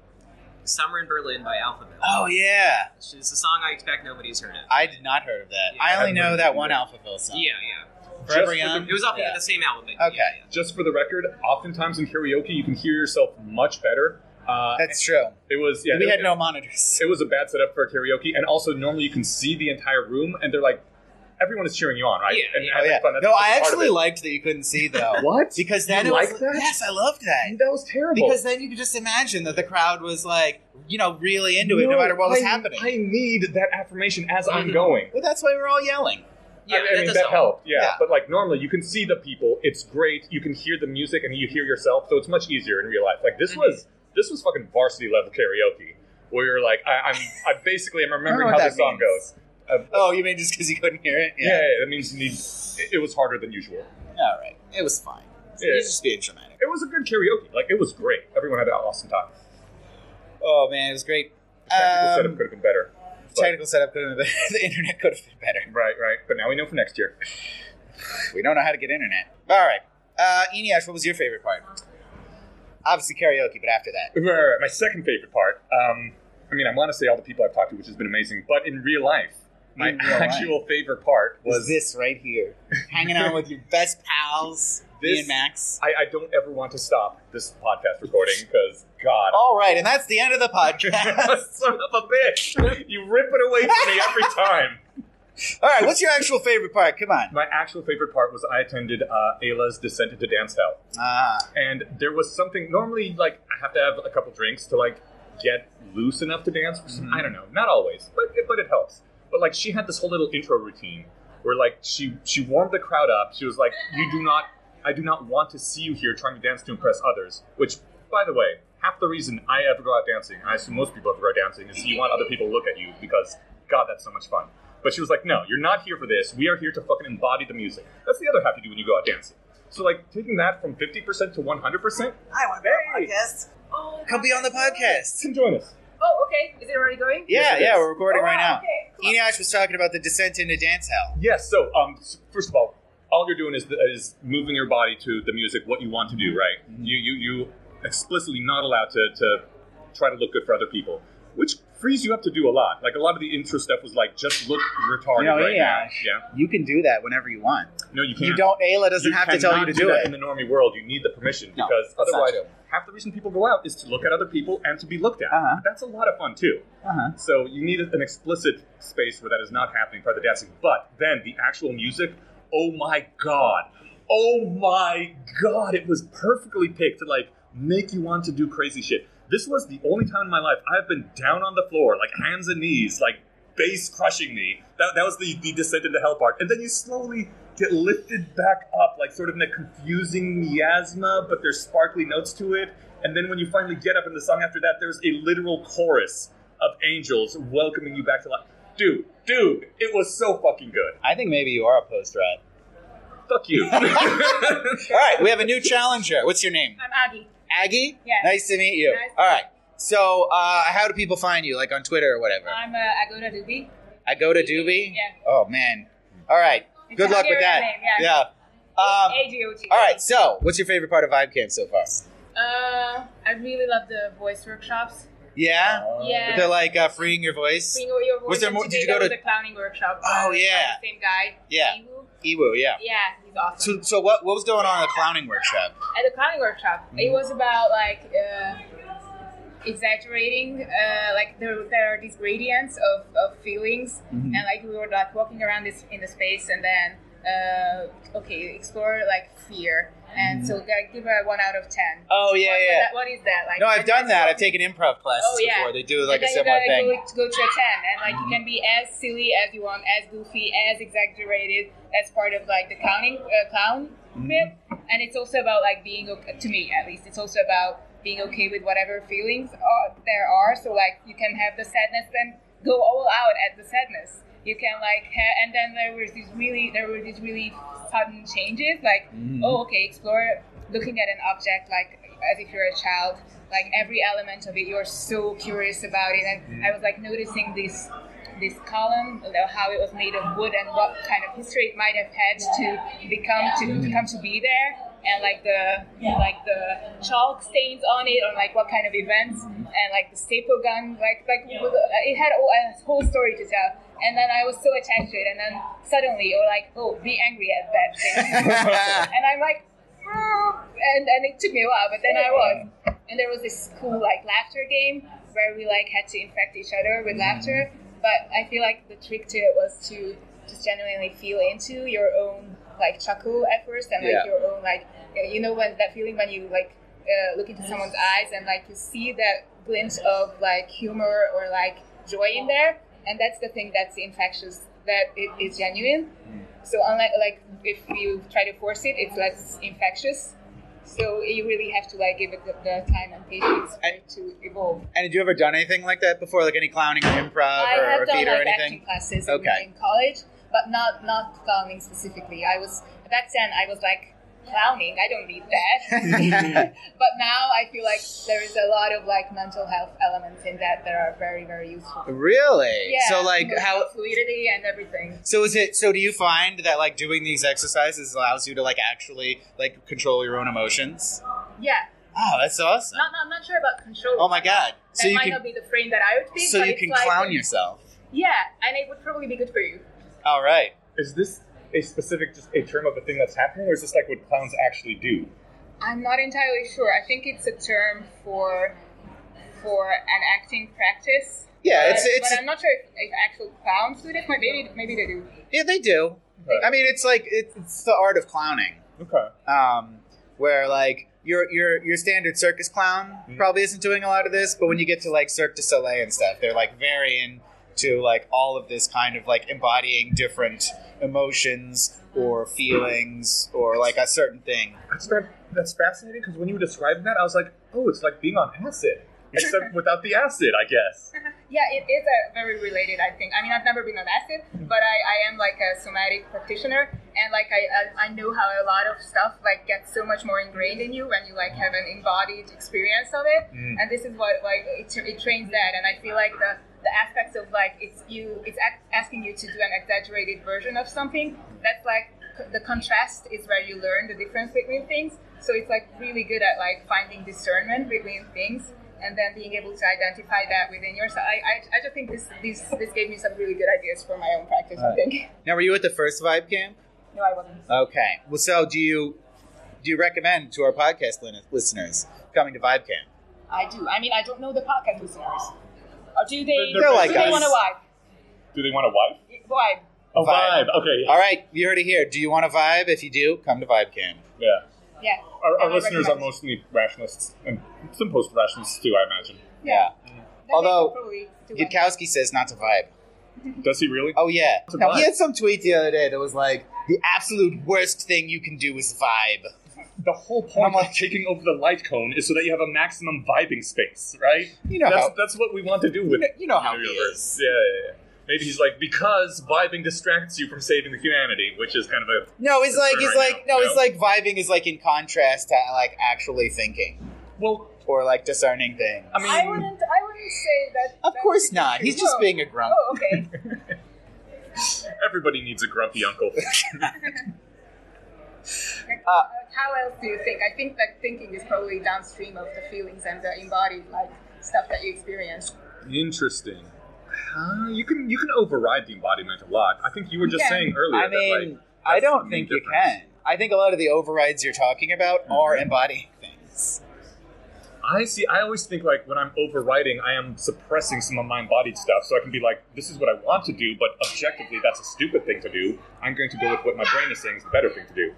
Speaker 4: "Summer in Berlin" by Alphaville.
Speaker 1: Oh yeah.
Speaker 4: which is a song I expect nobody's heard of.
Speaker 1: I did not heard of that.
Speaker 4: Yeah.
Speaker 1: I only
Speaker 2: I've
Speaker 1: know
Speaker 2: heard
Speaker 1: that
Speaker 2: of
Speaker 1: one
Speaker 2: it.
Speaker 1: Alphaville song.
Speaker 4: Yeah, yeah.
Speaker 2: Just
Speaker 1: Forever
Speaker 2: for
Speaker 1: Young.
Speaker 4: It was off
Speaker 1: Yeah.
Speaker 4: the same album. but
Speaker 1: Okay.
Speaker 4: yeah, yeah.
Speaker 2: Just for the record, oftentimes in karaoke you can hear yourself much better. Uh,
Speaker 1: That's true.
Speaker 2: it was yeah.
Speaker 1: we
Speaker 2: it,
Speaker 1: had no monitors.
Speaker 2: It was a bad setup for karaoke, and also normally you can see the entire room, and they're like, everyone is cheering you on, right?
Speaker 4: Yeah,
Speaker 2: and
Speaker 4: yeah.
Speaker 1: Oh
Speaker 2: having
Speaker 1: yeah.
Speaker 2: fun. That's
Speaker 1: No,
Speaker 2: the
Speaker 1: I
Speaker 2: part of
Speaker 1: actually
Speaker 2: it.
Speaker 1: liked that you couldn't see though.
Speaker 2: what?
Speaker 1: Because then
Speaker 2: You
Speaker 1: it was
Speaker 2: liked that?
Speaker 1: yes, I loved that.
Speaker 2: And that was terrible.
Speaker 1: Because then you could just imagine that the crowd was like, you know, really into it, no
Speaker 2: No,
Speaker 1: matter what was
Speaker 2: I-
Speaker 1: happening.
Speaker 2: I need that affirmation as I'm
Speaker 4: Mhm.
Speaker 2: going.
Speaker 1: well, that's why we're all yelling.
Speaker 4: Yeah,
Speaker 2: I mean, I mean,
Speaker 4: does
Speaker 2: that,
Speaker 4: help.
Speaker 2: helped. Yeah.
Speaker 1: Yeah.
Speaker 2: but like normally, you can see the people. It's great. You can hear the music, and you hear yourself. So it's much easier in real life. Like this
Speaker 1: Mm-hmm.
Speaker 4: Mhm.
Speaker 2: was this was fucking varsity level karaoke, where you're like, I, I'm I basically am
Speaker 1: I
Speaker 2: remembering
Speaker 1: don't know
Speaker 2: how
Speaker 1: what that
Speaker 2: the song
Speaker 1: means.
Speaker 2: goes. Uh,
Speaker 1: Oh, you mean just because you couldn't hear it?
Speaker 2: yeah. yeah, that means you need. It, it was harder than usual.
Speaker 1: All right. It was fine.
Speaker 2: Yeah.
Speaker 1: It was just being dramatic.
Speaker 2: It was a good karaoke. Like it was great. Everyone had an awesome time.
Speaker 1: Oh man, it was great.
Speaker 2: The technical
Speaker 1: Um,
Speaker 2: setup could have been better. but-
Speaker 1: Technical setup could have been better. the internet could have been better.
Speaker 2: Right, right. But now we know for next year.
Speaker 1: We don't know how to get internet. All right. Uh, Eniash, what was your favorite part? Obviously karaoke, but after that.
Speaker 2: Right, right, right. My second favorite part. Um, I mean, I want to say all the people I've talked to, which has been amazing. But in real life, my
Speaker 1: In real life.
Speaker 2: actual favorite part
Speaker 1: Was
Speaker 2: was
Speaker 1: this right here? Hanging out with your best pals, me
Speaker 2: This-
Speaker 1: and Max.
Speaker 2: I, I don't ever want to stop this podcast recording because God,
Speaker 1: All right, and that's the end of the podcast.
Speaker 2: son of a bitch, you rip it away from me every time.
Speaker 1: All right, what's your actual favorite part? Come on.
Speaker 2: My actual favorite part was I attended uh, Ayla's Descent into Dance Hell.
Speaker 1: Ah,
Speaker 2: and there was something normally like I have to have a couple drinks to like get loose enough to dance. I don't know, not always, but it, but it helps. But like she had this whole little intro routine where like she she warmed the crowd up. She was like, "You do not, I do not want to see you here trying to dance to impress others." Which, by the way, half the reason I ever go out dancing, and I assume most people ever go out dancing, is you want other people to look at you because God, that's so much fun. But she was like, "No, you're not here for this. We are here to fucking embody the music." That's the other half you do when you go out dancing. So like taking that from fifty percent to one hundred percent,
Speaker 1: I want
Speaker 2: Hey.
Speaker 1: podcast.
Speaker 6: Oh,
Speaker 1: Come be on the podcast.
Speaker 2: can join us.
Speaker 6: Oh, okay. Is it already going?
Speaker 1: Yeah,
Speaker 2: Yes, it
Speaker 1: yeah,
Speaker 2: is.
Speaker 1: we're recording
Speaker 6: Oh,
Speaker 1: right now.
Speaker 6: Okay. cool.
Speaker 1: Eniash was talking about the descent into dance hell.
Speaker 2: Yes. So, um, s- first of all, all you're doing is is moving your body to the music, what you want
Speaker 1: Mm-hmm.
Speaker 2: to do, right? You you you explicitly not allowed to to try to look good for other people. which frees you up to do a lot. Like a lot of the intro stuff was like, just look retarded
Speaker 1: You know,
Speaker 2: right
Speaker 1: yeah.
Speaker 2: now.
Speaker 1: You can do that whenever you want.
Speaker 2: Yeah. No, you can't.
Speaker 1: You don't. Ayla doesn't have to tell Hmm. you to
Speaker 2: cannot do
Speaker 1: do
Speaker 2: that
Speaker 1: it.
Speaker 2: in the normie world. You need the permission
Speaker 1: No,
Speaker 2: because
Speaker 1: that's not
Speaker 2: otherwise,
Speaker 1: true.
Speaker 2: half the reason people go out is to look at other people and to be looked at.
Speaker 1: Uh-huh.
Speaker 2: That's a lot of fun too.
Speaker 1: Uh-huh.
Speaker 2: So you need an explicit space where that is not happening part of the dancing. But then the actual music, oh my god. Oh my god, it was perfectly picked to like make you want to do crazy shit. This was the only time in my life I've been down on the floor, like hands and knees, like bass crushing me. That, that was the, the descent into hell part. And then you slowly get lifted back up, like sort of in a confusing miasma, but there's sparkly notes to it. And then when you finally get up in the song after that, there's a literal chorus of angels welcoming you back to life. Dude, dude, it was so fucking good.
Speaker 1: I think maybe you are a post rat.
Speaker 2: Fuck you.
Speaker 1: All right, we have a new challenger. What's your name?
Speaker 5: I'm Aggie.
Speaker 1: Aggie.
Speaker 5: Yes.
Speaker 1: Nice to meet you.
Speaker 5: Nice to
Speaker 1: All right. So, uh, how do people find you? Like on Twitter or whatever?
Speaker 5: I'm uh, Agoda Dubi.
Speaker 1: I go to Doobie.
Speaker 5: Yeah.
Speaker 1: Oh man. All right.
Speaker 5: It's
Speaker 1: Good
Speaker 5: a
Speaker 1: luck with that.
Speaker 5: Hungarian name,
Speaker 1: Yeah. Um,
Speaker 5: A-D-O-T.
Speaker 1: all right. So, what's your favorite part of VibeCamp so far?
Speaker 6: Uh, I really love the voice workshops.
Speaker 1: Yeah.
Speaker 6: yeah.
Speaker 1: They're like uh, freeing your voice.
Speaker 6: Seeing what your voice
Speaker 1: Was there
Speaker 6: and
Speaker 1: more- did
Speaker 6: today
Speaker 1: you go
Speaker 6: there
Speaker 1: to-
Speaker 6: was a clowning workshop?
Speaker 1: Oh,
Speaker 6: uh, by
Speaker 1: yeah.
Speaker 6: the same guy.
Speaker 1: Yeah.
Speaker 6: Iwu.
Speaker 1: Iwu. Yeah.
Speaker 6: Yeah, he's awesome.
Speaker 1: So, so what what was going on in the clowning workshop?
Speaker 6: At the clowning workshop, it
Speaker 1: Mm-hmm.
Speaker 6: was about like uh, exaggerating. Uh, like there, there are these gradients of, of feelings,
Speaker 1: Mhm.
Speaker 6: and like we were like walking around this in the space, and then uh, okay, explore like fear, and so like, give her one out of ten.
Speaker 1: Oh Mm-hmm. yeah,
Speaker 6: what,
Speaker 1: yeah.
Speaker 6: What, that, what is that like?
Speaker 1: No, I've
Speaker 6: and
Speaker 1: done
Speaker 6: then-
Speaker 1: that. I've taken improv classes
Speaker 6: Oh, yeah.
Speaker 1: before. They do like a
Speaker 6: and then
Speaker 1: similar
Speaker 6: you gotta
Speaker 1: thing. Mm-hmm.
Speaker 6: Go, go to a 10 and like you can be as silly as you want as goofy as exaggerated as part of like the clowning uh, clown
Speaker 1: Mm-hmm.
Speaker 6: bit and it's also about like being okay, to me at least it's also about being okay with whatever feelings are, there are so like you can have the sadness then go all out at the sadness you can like ha- and then there was these really there were these really sudden changes like
Speaker 1: Mm-hmm.
Speaker 6: oh okay explore looking at an object like as if you're a child like every element of it you're so curious about it and i was like noticing this this column you know, how it was made of wood and what kind of history it might have had to become to come to be there and like the like the chalk stains on it or like what kind of events and like the staple gun like like with- uh, it had a a whole story to tell and then i was so attached to it and then suddenly you're like oh be angry at that thing and I'm like, "Ah," and and it took me a while, but then I was. And there was this cool like laughter game where we like had to infect each other with laughter. But I feel like the trick to it was to just genuinely feel into your own like chuckle at first and like
Speaker 1: Yeah.
Speaker 6: your own like you know when that feeling when you like uh, look into someone's eyes and like you see that glint of like humor or like joy in there and that's the thing that's infectious that it is genuine so unlike like if you try to force it, it's less infectious. So you really have to like give it the, the time and patience for it to evolve.
Speaker 1: and had you ever done anything like that before, like any clowning or improv
Speaker 6: I
Speaker 1: or,
Speaker 6: have
Speaker 1: or
Speaker 6: done
Speaker 1: theater or
Speaker 6: like acting
Speaker 1: anything?
Speaker 6: classes
Speaker 1: Okay.
Speaker 6: in, in college, but not not clowning specifically. I was back then I was like clowning. I don't need that. but now I feel like there is a lot of like mental health elements in that that are very very useful.
Speaker 1: Really?
Speaker 6: Yeah.
Speaker 1: so like
Speaker 6: emotional
Speaker 1: how?
Speaker 6: fluidity and everything.
Speaker 1: So is it? So do you find that like doing these exercises allows you to like actually like control your own emotions?
Speaker 6: Yeah.
Speaker 1: Oh, that's awesome!
Speaker 6: Not not not sure about control.
Speaker 1: Oh my god!
Speaker 6: That
Speaker 1: So you
Speaker 6: might
Speaker 1: can
Speaker 6: not be the frame that I would think.
Speaker 1: so
Speaker 6: but
Speaker 1: you
Speaker 6: it's
Speaker 1: can
Speaker 6: like-
Speaker 1: clown yourself.
Speaker 6: Yeah, and it would probably be good for you.
Speaker 1: All right.
Speaker 2: is this a specific, just a term of a thing that's happening, or is this like what clowns actually do?
Speaker 6: I'm not entirely sure. I think it's a term for for an acting practice.
Speaker 1: Yeah, it's
Speaker 6: but,
Speaker 1: it's
Speaker 6: but I'm not sure if, if actual clowns do this. but Maybe maybe they do.
Speaker 1: yeah they do.
Speaker 2: Right.
Speaker 1: I mean, it's like it's, it's the art of clowning.
Speaker 2: Okay.
Speaker 1: um, where like your your your standard circus clown probably isn't doing a lot of this, but when you get to like Cirque du Soleil and stuff, they're like very into like all of this kind of like embodying different emotions or feelings or like a certain thing.
Speaker 2: That's, fa- that's fascinating because when you were describing that, I was like, oh, it's like being on acid. Except without the acid, I guess.
Speaker 6: Yeah, it is a very related. I think. I mean, I've never been on acid, but I, I am like a somatic practitioner, and like I, I I know how a lot of stuff like gets so much more ingrained in you when you like have an embodied experience of it,
Speaker 2: Mm.
Speaker 6: and this is what like it, tra- it trains that, and I feel like the the aspects of like it's you it's ac- asking you to do an exaggerated version of something that's like c- the contrast is where you learn the difference between things so it's like really good at like finding discernment between things and then being able to identify that within yourself. I, I, I just think this, this this gave me some really good ideas for my own practice. I
Speaker 1: Alright.
Speaker 6: think.
Speaker 1: Now, were you at the first Vibe Camp?
Speaker 6: No, I wasn't.
Speaker 1: Okay. Well, so do you do you recommend to our podcast lin- listeners coming to Vibe Camp?
Speaker 6: I do. I mean, I don't know the podcast listeners. Or do they?
Speaker 2: They're- they're
Speaker 6: do
Speaker 2: like
Speaker 6: they
Speaker 1: us.
Speaker 6: want a wife?
Speaker 2: Do they want a wife?
Speaker 6: Why?
Speaker 2: A
Speaker 1: Vibe.
Speaker 2: vibe. Okay.
Speaker 1: All right, you heard it here. Do you want to vibe? If you do, come to Vibe Camp.
Speaker 2: Yeah.
Speaker 6: Yeah.
Speaker 2: Our,
Speaker 6: I
Speaker 2: our listeners are
Speaker 6: recommend-
Speaker 2: mostly rationalists and some post-rationalists too, I imagine.
Speaker 6: Yeah. Then they
Speaker 1: Although,
Speaker 6: probably do it.
Speaker 1: Gutkowski says not to vibe.
Speaker 2: Does he really?
Speaker 1: Oh yeah,
Speaker 2: To vibe.
Speaker 1: he had some tweet the other day that was like, "The absolute worst thing you can do is vibe."
Speaker 2: The whole
Speaker 1: I'm
Speaker 2: point
Speaker 1: like-
Speaker 2: of taking over the light cone is so that you have a maximum vibing space, right?
Speaker 1: You know
Speaker 2: that's,
Speaker 1: how
Speaker 2: that's what we want to do with
Speaker 1: you know, you know how
Speaker 2: the
Speaker 1: he
Speaker 2: universe.
Speaker 1: is.
Speaker 2: Yeah, yeah, yeah. Maybe he's like because vibing distracts you from saving the humanity, which is kind of a
Speaker 1: No, it's like it's
Speaker 2: Right
Speaker 1: like
Speaker 2: now,
Speaker 1: no, it's
Speaker 2: no?
Speaker 1: like vibing is like in contrast to like actually thinking
Speaker 2: well.
Speaker 1: or like discerning things.
Speaker 2: I mean,
Speaker 6: I wouldn't. I wouldn't say that.
Speaker 1: Of
Speaker 6: that
Speaker 1: course
Speaker 6: is-
Speaker 1: not. He's just
Speaker 6: Oh.
Speaker 1: being a grump.
Speaker 6: Oh, okay.
Speaker 2: everybody needs a grumpy uncle.
Speaker 6: Like,
Speaker 1: Uh,
Speaker 6: uh, how else do you think? I think that thinking is probably downstream of the feelings and the embodied like stuff that you experience.
Speaker 2: Interesting. Uh, you can you can override the embodiment a lot. I think you were just
Speaker 6: Yeah.
Speaker 2: saying earlier
Speaker 1: I
Speaker 2: that
Speaker 1: mean,
Speaker 2: like
Speaker 1: I
Speaker 2: that's
Speaker 1: don't
Speaker 2: the main
Speaker 1: think you
Speaker 2: difference.
Speaker 1: can. I think a lot of the overrides you're talking about are embodying things.
Speaker 2: I see. I always think like when I'm overriding, I am suppressing some of my embodied stuff, so I can be like, "This is what I want to do," but objectively, that's a stupid thing to do. I'm going to go with what my brain is saying is the better thing to do.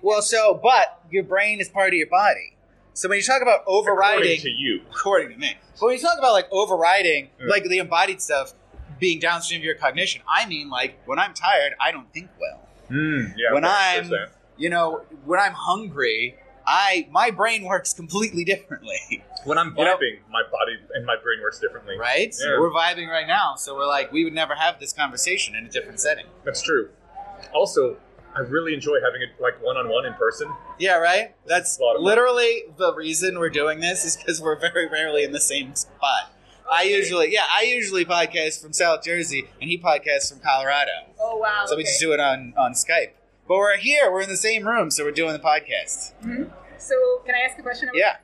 Speaker 1: Well, so but your brain is part of your body. So when you talk about
Speaker 2: According
Speaker 1: overriding,
Speaker 2: to you,
Speaker 1: according to me, but when you talk about like overriding,
Speaker 2: Mm.
Speaker 1: like the embodied stuff being downstream of your cognition, I mean like when I'm tired, I don't think well.
Speaker 2: mm, yeah.
Speaker 1: When
Speaker 2: okay,
Speaker 1: I'm-
Speaker 2: sure, sure.
Speaker 1: You know, when I'm hungry, I my brain works completely differently,
Speaker 2: when I'm
Speaker 1: You know-
Speaker 2: vibing, my body and my brain works differently.
Speaker 1: right?
Speaker 2: Yeah.
Speaker 1: We're vibing right now, so we're like we would never have this conversation in a different setting.
Speaker 2: That's true. Also, I really enjoy having it like one-on-one in person.
Speaker 1: Yeah, right? That's
Speaker 2: A lot of fun.
Speaker 1: literally the reason we're doing this is because we're very rarely in the same spot. I usually, yeah, I usually podcast from South Jersey, and he podcasts from Colorado.
Speaker 6: Oh wow.
Speaker 1: So we
Speaker 6: okay.
Speaker 1: just do it on on Skype. But we're here, we're in the same room, so we're doing the podcast.
Speaker 6: So can I ask a question? About
Speaker 1: Yeah.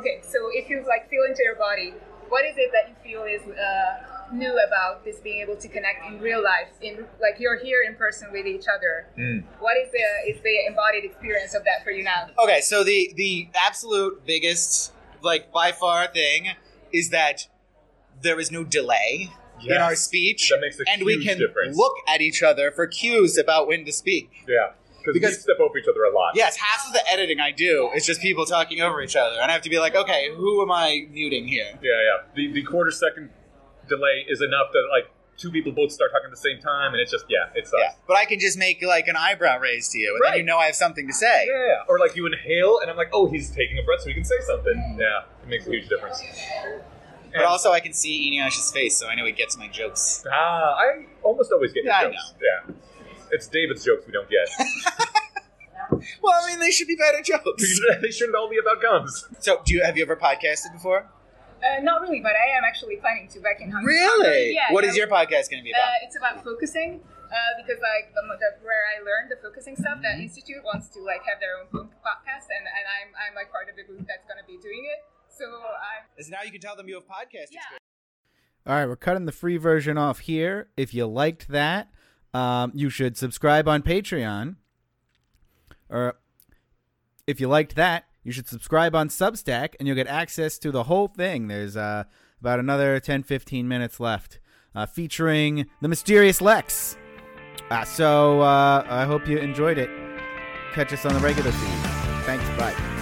Speaker 6: Okay. So if you like feel into your body, what is it that you feel is uh, new about this being able to connect in real life? In like you're here in person with each other.
Speaker 1: Hmm.
Speaker 2: Mm.
Speaker 6: What is the is the embodied experience of that for you now?
Speaker 1: Okay, so the the absolute biggest, like by far thing, is that there is no delay in our
Speaker 2: Yes.
Speaker 1: speech,
Speaker 2: That makes a
Speaker 1: and we
Speaker 2: huge
Speaker 1: can
Speaker 2: difference.
Speaker 1: look at each other for cues about when to speak.
Speaker 2: Yeah, because we
Speaker 1: Because-
Speaker 2: step over each other a lot.
Speaker 1: Yes, half of the editing I do is just people talking over each other, and I have to be like, okay, who am I muting here?
Speaker 2: Yeah, yeah. The the quarter second delay is enough that like two people both start talking at the same time, and it's just yeah, it sucks.
Speaker 1: Yeah, but I can just make like an eyebrow raise to you, and then
Speaker 2: Right.
Speaker 1: you know I have something to say.
Speaker 2: Yeah, or like you inhale, and I'm like, oh, he's taking a breath, so he can say
Speaker 1: Mm.
Speaker 2: something. Yeah, it makes a huge difference.
Speaker 1: But also, I can see Inuyasha's face, so I know he gets my jokes.
Speaker 2: ah, I almost always get
Speaker 1: Yeah, I
Speaker 2: your jokes. Yeah, it's David's jokes we don't get.
Speaker 1: Well, I mean, they should be better jokes.
Speaker 2: they shouldn't all be about gums.
Speaker 1: so, do you have you ever podcasted before?
Speaker 6: Uh, not really, but I am actually planning to back in Hungary. Yeah.
Speaker 1: What
Speaker 6: yeah.
Speaker 1: is your podcast going to be about?
Speaker 6: Uh, it's about focusing uh, because like the, the, where I learned the focusing stuff, that
Speaker 1: Mm-hmm.
Speaker 6: institute wants to like have their own po- podcast, and, and I'm I'm like part of the group that's gonna be doing it. So I'm
Speaker 1: Is now you can tell them you have podcast
Speaker 6: Yeah.
Speaker 1: experience.
Speaker 9: All right, we're cutting the free version off here. If you liked that, um, you should subscribe on Patreon. Or if you liked that, you should subscribe on Substack and you'll get access to the whole thing. There's uh, about another 10 15 minutes left uh, featuring the mysterious Lex. Uh, so uh, I hope you enjoyed it. Catch us on the regular feed. Thanks. Bye.